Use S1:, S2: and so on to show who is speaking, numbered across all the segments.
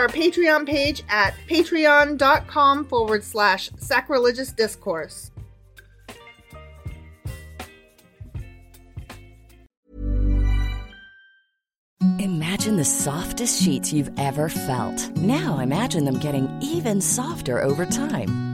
S1: our Patreon page at patreon.com forward slash sacrilegious discourse.
S2: Imagine the softest sheets you've ever felt. Now imagine them getting even softer over time.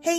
S1: Hey,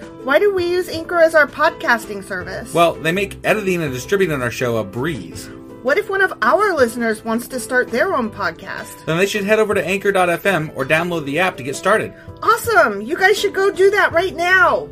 S1: Why do we use Anchor as our podcasting service?
S3: Well, they make editing and distributing our show a breeze.
S1: what if one of our listeners wants to start their own podcast?
S3: Then they should head over to anchor.fm or download the app to get started.
S1: Awesome! You guys should go do that right now!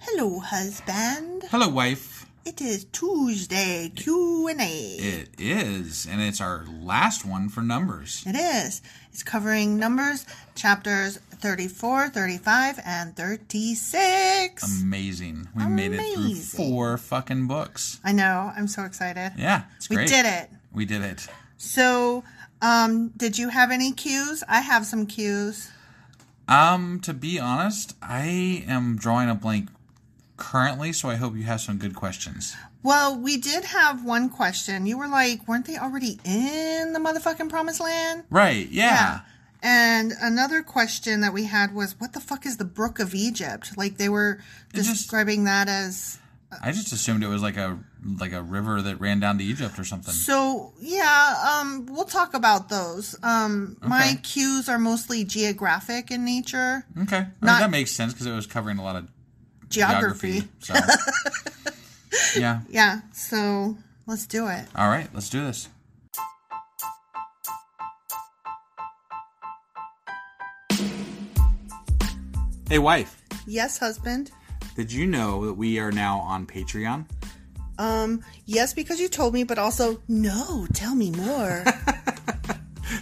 S1: Hello, husband.
S3: Hello, wife.
S1: It is Tuesday Q&A.
S3: It is, and it's our last one for numbers.
S1: It is. It's covering numbers, chapters 34, 35, and 36.
S3: Amazing. We made it through
S1: Amazing.
S3: four fucking books.
S1: I know. I'm so excited.
S3: Yeah, it's
S1: We
S3: great.
S1: did it.
S3: We did it.
S1: So, um, did you have any cues? I have some cues.
S3: Um, to be honest, I am drawing a blank currently, so I hope you have some good questions.
S1: Well, we did have one question. You were like, weren't they already in the motherfucking promised land?
S3: Right, yeah.
S1: And another question that we had was, what the fuck is the Brook of Egypt? Like they were
S3: It just-
S1: describing that as.
S3: I just assumed it was like a like a river that ran down to Egypt or something.
S1: So yeah, um, we'll talk about those. Um, My
S3: Okay.
S1: cues are mostly geographic in nature,
S3: Okay, I mean,
S1: Not-
S3: that makes sense because it was covering a lot of
S1: geography.
S3: geography. So, yeah.
S1: Yeah, so let's do it.
S3: All right, let's do this. Hey, wife.
S1: Yes, husband.
S3: Did you know that we are now on Patreon?
S1: Um, yes, because you told me, but also no. Tell me more.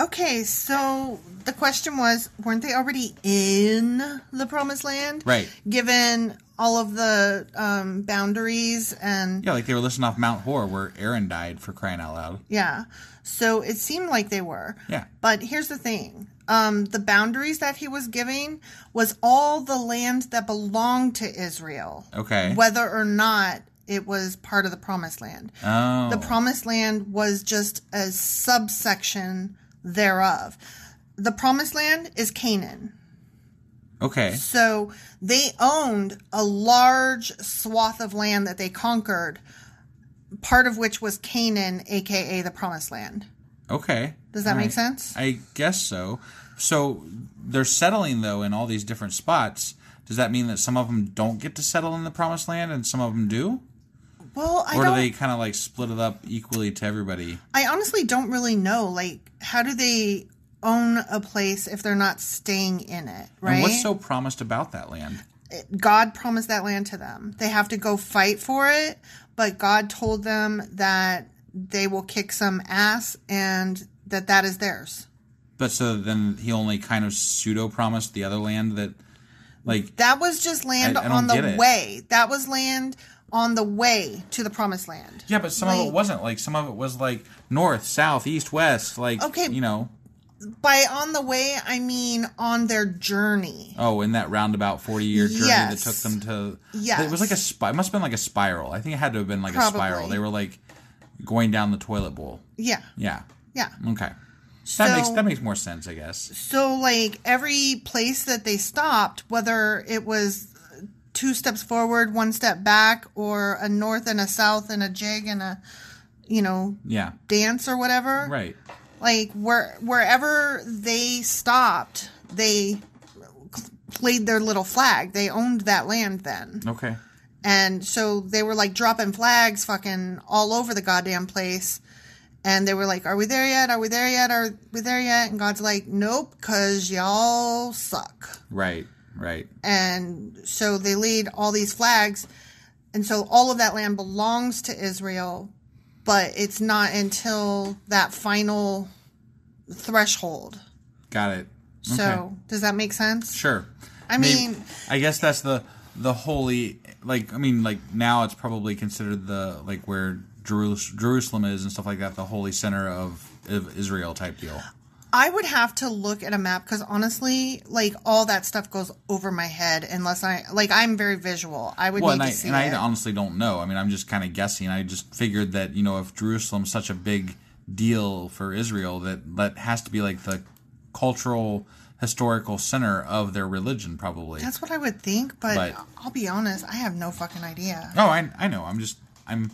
S1: Okay, so the question was weren't they already in the promised land?
S3: Right.
S1: Given all of the um, boundaries and
S3: Yeah, like they were listening off Mount Hor where Aaron died for crying out loud.
S1: Yeah. So it seemed like they were.
S3: Yeah.
S1: But here's the thing. Um, the boundaries that he was giving was all the land that belonged to Israel.
S3: Okay.
S1: Whether or not it was part of the promised land.
S3: Oh.
S1: The promised land was just a subsection thereof. The promised land is Canaan.
S3: okay.
S1: So they owned a large swath of land that they conquered, part of which was Canaan, aka the Promised Land.
S3: Okay.
S1: Does that
S3: All
S1: make
S3: right.
S1: sense?
S3: I guess so. So they're settling though in all these different spots. Does that mean that some of them don't get to settle in the promised land and some of them do?
S1: Well, I
S3: or do
S1: don't.
S3: they kind of like split it up equally to everybody?
S1: I honestly don't really know. Like, how do they own a place if they're not staying in it? Right.
S3: And what's so promised about that land?
S1: God promised that land to them. They have to go fight for it, but God told them that they will kick some ass and that that is theirs.
S3: But so then he only kind of pseudo promised the other land that, like,
S1: That was just land
S3: I don't
S1: on
S3: get
S1: the
S3: it.
S1: way. That was land on the way to the promised land.
S3: yeah, but some of it
S1: Like-
S3: wasn't. Like, some of it was like north, south, east, west. Like,
S1: Okay.
S3: you know,
S1: By on the way, I mean on their journey.
S3: oh, in that roundabout 40 year journey
S1: Yes.
S3: that took them to.
S1: Yes.
S3: It was like a spy. It must have been like a spiral. I think it had to have been like a spiral.
S1: Probably.
S3: They were like going down the toilet bowl.
S1: Yeah.
S3: Yeah.
S1: Yeah.
S3: Okay.
S1: So,
S3: That makes that makes more sense, I guess.
S1: so like every place that they stopped, whether it was two steps forward, one step back, or a north and a south and a jig and a you know
S3: Yeah.
S1: dance or whatever.
S3: Right.
S1: Like where wherever they stopped, they played their little flag. They owned that land then.
S3: Okay.
S1: And so they were like dropping flags fucking all over the goddamn place. And they were like, Are we there yet? Are we there yet? Are we there yet? And God's like, Nope, because y'all suck.
S3: Right. Right.
S1: And so they laid all these flags. And so all of that land belongs to Israel, but it's not until that final threshold.
S3: Got it.
S1: So does that make sense?
S3: Sure.
S1: I
S3: May-
S1: mean-
S3: I guess that's the the holy like I mean like now it's probably considered the like where Jerus- Jerusalem is and stuff like that the holy center of, of Israel type deal.
S1: I would have to look at a map because honestly, like all that stuff goes over my head unless I like I'm very visual. I would
S3: Well,
S1: need
S3: and I
S1: to see
S3: and I
S1: it.
S3: honestly don't know. I mean, I'm just kind of guessing. I just figured that you know if Jerusalem's such a big deal for Israel that that has to be like the cultural historical center of their religion probably.
S1: That's what I would think, but,
S3: But-
S1: I'll be honest, I have no fucking idea.
S3: oh, I I know. I'm just I'm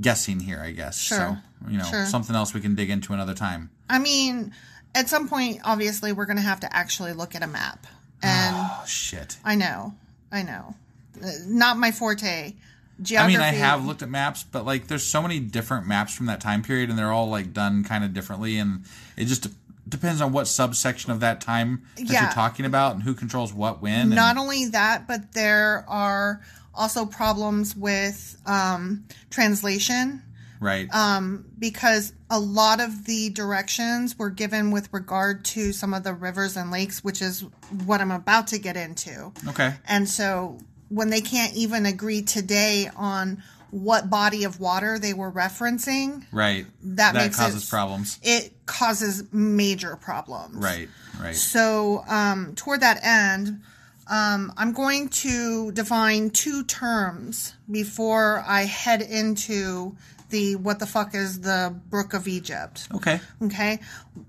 S3: guessing here, I guess.
S1: Sure.
S3: So, you know,
S1: Sure.
S3: something else we can dig into another time.
S1: I mean, at some point, obviously, we're going to have to actually look at a map. And
S3: Oh, shit.
S1: I know, I know, Uh, not my forte.
S3: I
S1: Geography.
S3: mean, I have looked at maps, but like, there's so many different maps from that time period, and they're all like done kind of differently, and it just de- depends on what subsection of that time that
S1: Yeah.
S3: you're talking about and who controls what when. and-
S1: Not only that, but there are also problems with um, translation
S3: right.
S1: um, because a lot of the directions were given with regard to some of the rivers and lakes, which is what I'm about to get into.
S3: okay.
S1: And so when they can't even agree today on what body of water they were referencing,
S3: Right.
S1: that makes it-
S3: causes problems.
S1: it causes major problems.
S3: Right. Right.
S1: So, um, toward that end, um, I'm going to define two terms before I head into the what the fuck is the Brook of Egypt.
S3: Okay.
S1: Okay.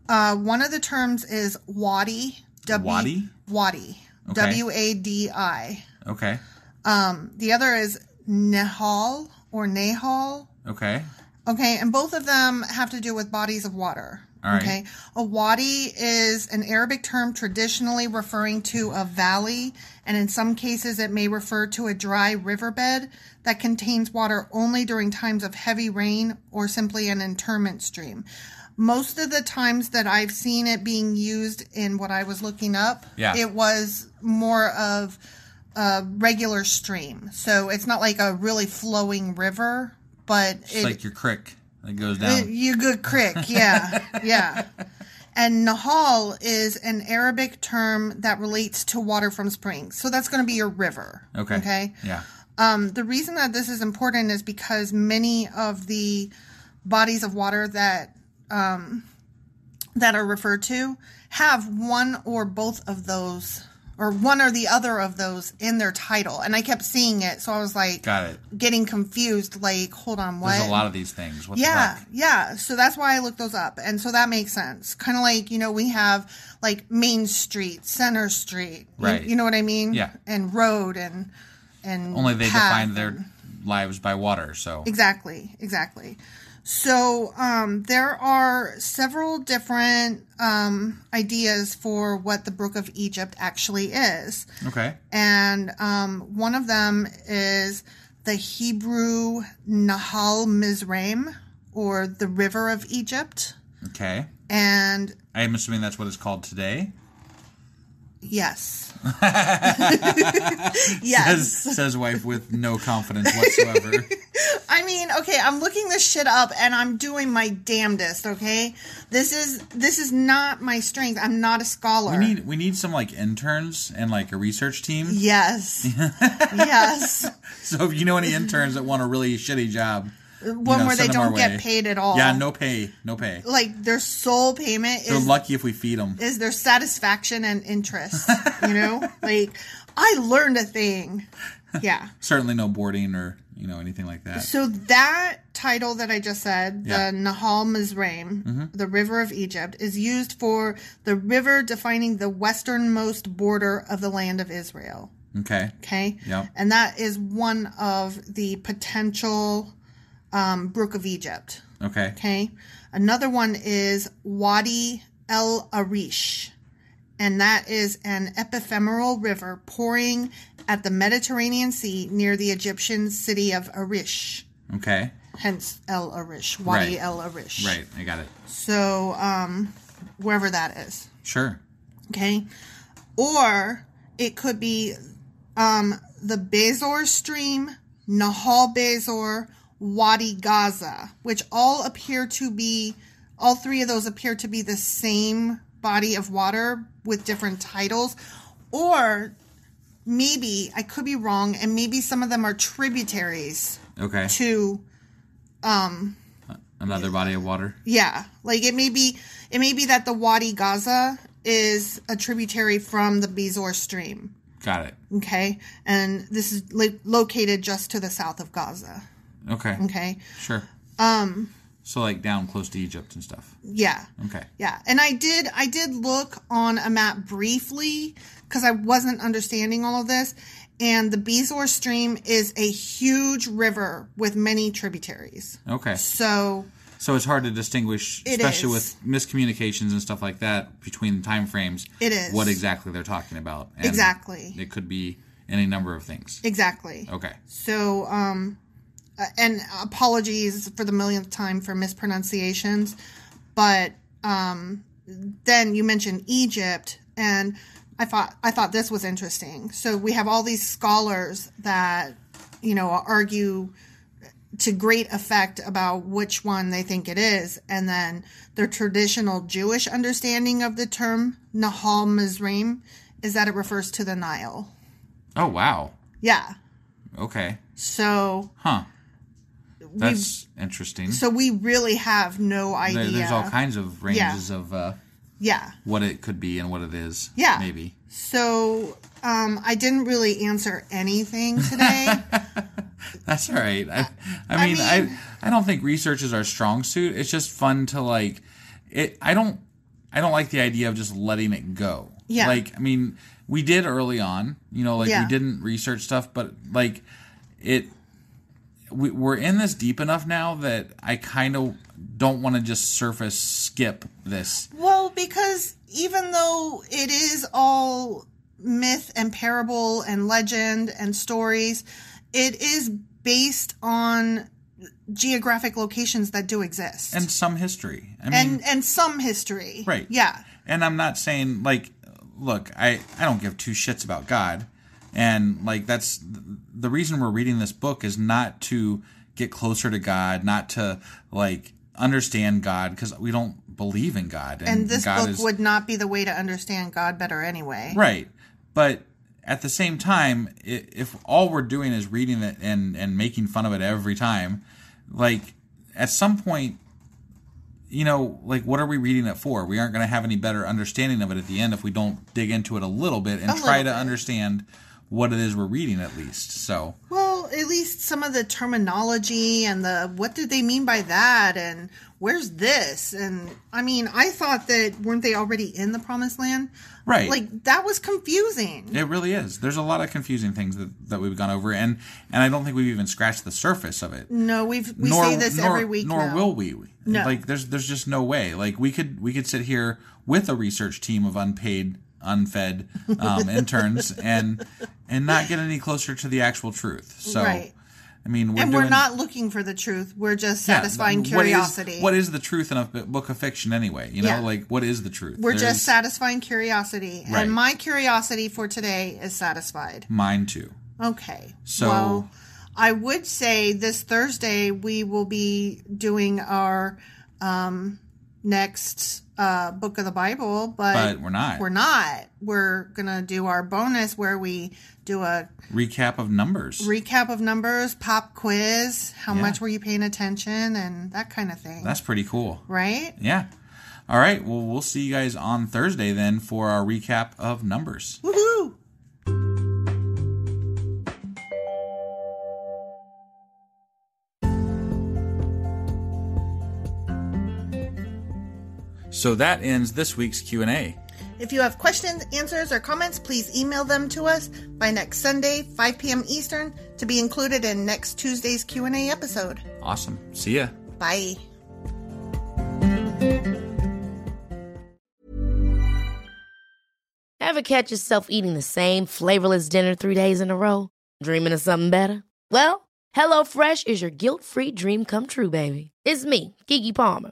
S1: Uh, one of the terms is wadi. W-
S3: Wadi?
S1: Wadi.
S3: Okay.
S1: W A D I.
S3: Okay.
S1: The other is Nehal or Nahal.
S3: Okay.
S1: Okay, and both of them have to do with bodies of water.
S3: All right.
S1: Okay. A wadi is an Arabic term traditionally referring to a valley, and in some cases it may refer to a dry riverbed that contains water only during times of heavy rain or simply an interment stream. Most of the times that I've seen it being used in what I was looking up,
S3: Yeah.
S1: it was more of a regular stream. So it's not like a really flowing river, but
S3: It's like your crick that goes down.
S1: you good crick, yeah, yeah. And Nahal is an Arabic term that relates to water from springs. So that's going to be your river.
S3: Okay.
S1: Okay.
S3: Yeah.
S1: Um, the reason that this is important is because many of the bodies of water that um, that are referred to have one or both of those, or one or the other of those in their title. And I kept seeing it, so I was like
S3: Got it.
S1: getting confused. Like, hold on, what?
S3: There's a lot of these things. What
S1: Yeah,
S3: the heck?
S1: yeah. So that's why I looked those up. And so that makes sense. Kind of like, you know, we have like Main Street, Center Street. you-
S3: Right.
S1: You, know what I mean?
S3: Yeah.
S1: And road and and
S3: Only they
S1: path
S3: define their
S1: and-
S3: lives by water, so
S1: Exactly, exactly. So um, there are several different um, ideas for what the Brook of Egypt actually is.
S3: okay.
S1: And um, one of them is the Hebrew Nahal Mizraim, or the River of Egypt.
S3: Okay.
S1: And
S3: I am assuming that's what it's called today.
S1: yes. yes.
S3: Says, says wife with no confidence whatsoever.
S1: I mean, okay, I'm looking this shit up and I'm doing my damnedest, okay? This is this is not my strength. I'm not a scholar.
S3: We need we need some like interns and like a research team.
S1: yes. yes.
S3: So if you know any interns that want a really shitty job,
S1: One
S3: know,
S1: where they
S3: send 'em our
S1: don't get
S3: way.
S1: paid at all.
S3: yeah, no pay, no pay.
S1: Like their sole payment
S3: They're
S1: is
S3: lucky if we feed them.
S1: is their satisfaction and interest. You know, like I learned a thing. Yeah.
S3: Certainly no boarding or you know anything like that.
S1: So that title that I just said,
S3: Yeah. Mm-hmm.
S1: the Nahal Mizraim, the River of Egypt, is used for the river defining the westernmost border of the land of Israel.
S3: Okay.
S1: Okay.
S3: Yep.
S1: And that is one of the potential um, Brook of Egypt.
S3: Okay.
S1: Okay. Another one is Wadi El Arish. And that is an epiphemeral river pouring at the Mediterranean Sea near the Egyptian city of Arish.
S3: Okay.
S1: Hence El Arish, Wadi
S3: Right.
S1: El Arish.
S3: Right. I got it.
S1: So, um, wherever that is.
S3: Sure.
S1: Okay. Or it could be um, the Bezor stream, Nahal Bezor, Wadi Gaza, which all appear to be, all three of those appear to be the same body of water with different titles. Or maybe, I could be wrong, and maybe some of them are tributaries
S3: Okay.
S1: to
S3: Another body of water.
S1: Yeah, like it may be it may be that the Wadi Gaza is a tributary from the Bezor stream.
S3: Got it.
S1: Okay, and this is li- located just to the south of Gaza.
S3: Okay.
S1: Okay,
S3: Sure. Um. So like down close to Egypt and stuff.
S1: yeah,
S3: Okay.
S1: yeah. And I did I did look on a map briefly because I wasn't understanding all of this, And the Bezor stream is a huge river with many tributaries.
S3: Okay.
S1: So
S3: So it's hard to distinguish,
S1: It
S3: especially
S1: is.
S3: with miscommunications and stuff like that between time frames.
S1: It is.
S3: what exactly they're talking about. And
S1: Exactly.
S3: It could be any number of things.
S1: exactly.
S3: Okay.
S1: So, um, uh, and apologies for the millionth time for mispronunciations, but um, then you mentioned Egypt, and I thought I thought this was interesting. So we have all these scholars that you know argue to great effect about which one they think it is, and then their traditional Jewish understanding of the term Nahal Mizraim is that it refers to the Nile.
S3: Oh wow.
S1: Yeah.
S3: Okay.
S1: So
S3: Huh. That's interesting.
S1: So we really have no idea.
S3: There- there's all kinds of ranges of uh,
S1: yeah.
S3: what it could be and what it is.
S1: Yeah.
S3: Maybe.
S1: So um, I didn't really answer anything today.
S3: That's all right. I, I mean, I,
S1: Uh, mean-
S3: I, don't think research is our strong suit. It's just fun to like it. I don't I don't like the idea of just letting it go.
S1: Yeah.
S3: Like I mean, we did early on. You know, like
S1: Yeah.
S3: we didn't research stuff, but like it. We, we're in this deep enough now that I kind of don't want to just surface skip this.
S1: well, because even though it is all myth and parable and legend and stories, it is based on geographic locations that do exist
S3: And some history. I mean,
S1: and, and some history.
S3: Right.
S1: Yeah.
S3: and I'm not saying like, look, I I don't give two shits about God, and like that's the reason we're reading this book is not to get closer to God, not to like understand God because we don't believe in God,
S1: And this
S3: God
S1: book would not be the way to understand God better anyway.
S3: right, but. At the same time, i- if all we're doing is reading it and, and making fun of it every time, like at some point, you know, like what are we reading it for? We aren't going to have any better understanding of it at the end if we don't dig into it a little bit and
S1: A
S3: try
S1: little
S3: to
S1: bit.
S3: understand what it is we're reading at least. So,
S1: Well, at least some of the terminology and the what did they mean by that and where's this? And I mean, I thought that weren't they already in the promised land?
S3: right.
S1: Like that was confusing.
S3: it really is. There's a lot of confusing things that, that we've gone over and and I don't think we've even scratched the surface of it.
S1: No, we've we say this every week.
S3: Nor
S1: now.
S3: will we.
S1: No.
S3: Like there's there's just no way. Like we could we could sit here with a research team of unpaid, unfed um, interns and and not get any closer to the actual truth. So
S1: Right.
S3: I mean, we're
S1: and
S3: doing,
S1: we're not looking for the truth. We're just
S3: Yeah,
S1: satisfying
S3: th- what is-
S1: curiosity.
S3: What is, the truth in a b- book of fiction anyway? You know,
S1: Yeah.
S3: like what is the truth?
S1: we're
S3: There's
S1: just satisfying curiosity.
S3: Right.
S1: And my curiosity for today is satisfied.
S3: mine too.
S1: Okay.
S3: So-
S1: well, I would say this Thursday we will be doing our um, next uh, book of the Bible, but,
S3: But we're not.
S1: we're not. We're gonna do our bonus where we do a
S3: Recap of numbers.
S1: recap of numbers, pop quiz, how
S3: Yeah.
S1: much were you paying attention, and that kind of thing.
S3: That's pretty cool.
S1: right.
S3: Yeah. All right. Well, we'll see you guys on Thursday then for our recap of numbers.
S1: Woohoo!
S3: So that ends this week's Q&A.
S1: If you have questions, answers, or comments, please email them to us by next Sunday, 5 p.m. Eastern, to be included in next Tuesday's Q&A episode.
S3: Awesome. See ya.
S1: Bye.
S4: Ever catch yourself eating the same flavorless dinner three days in a row? Dreaming of something better? Well, HelloFresh is your guilt free dream come true, baby. It's me, Kiki Palmer.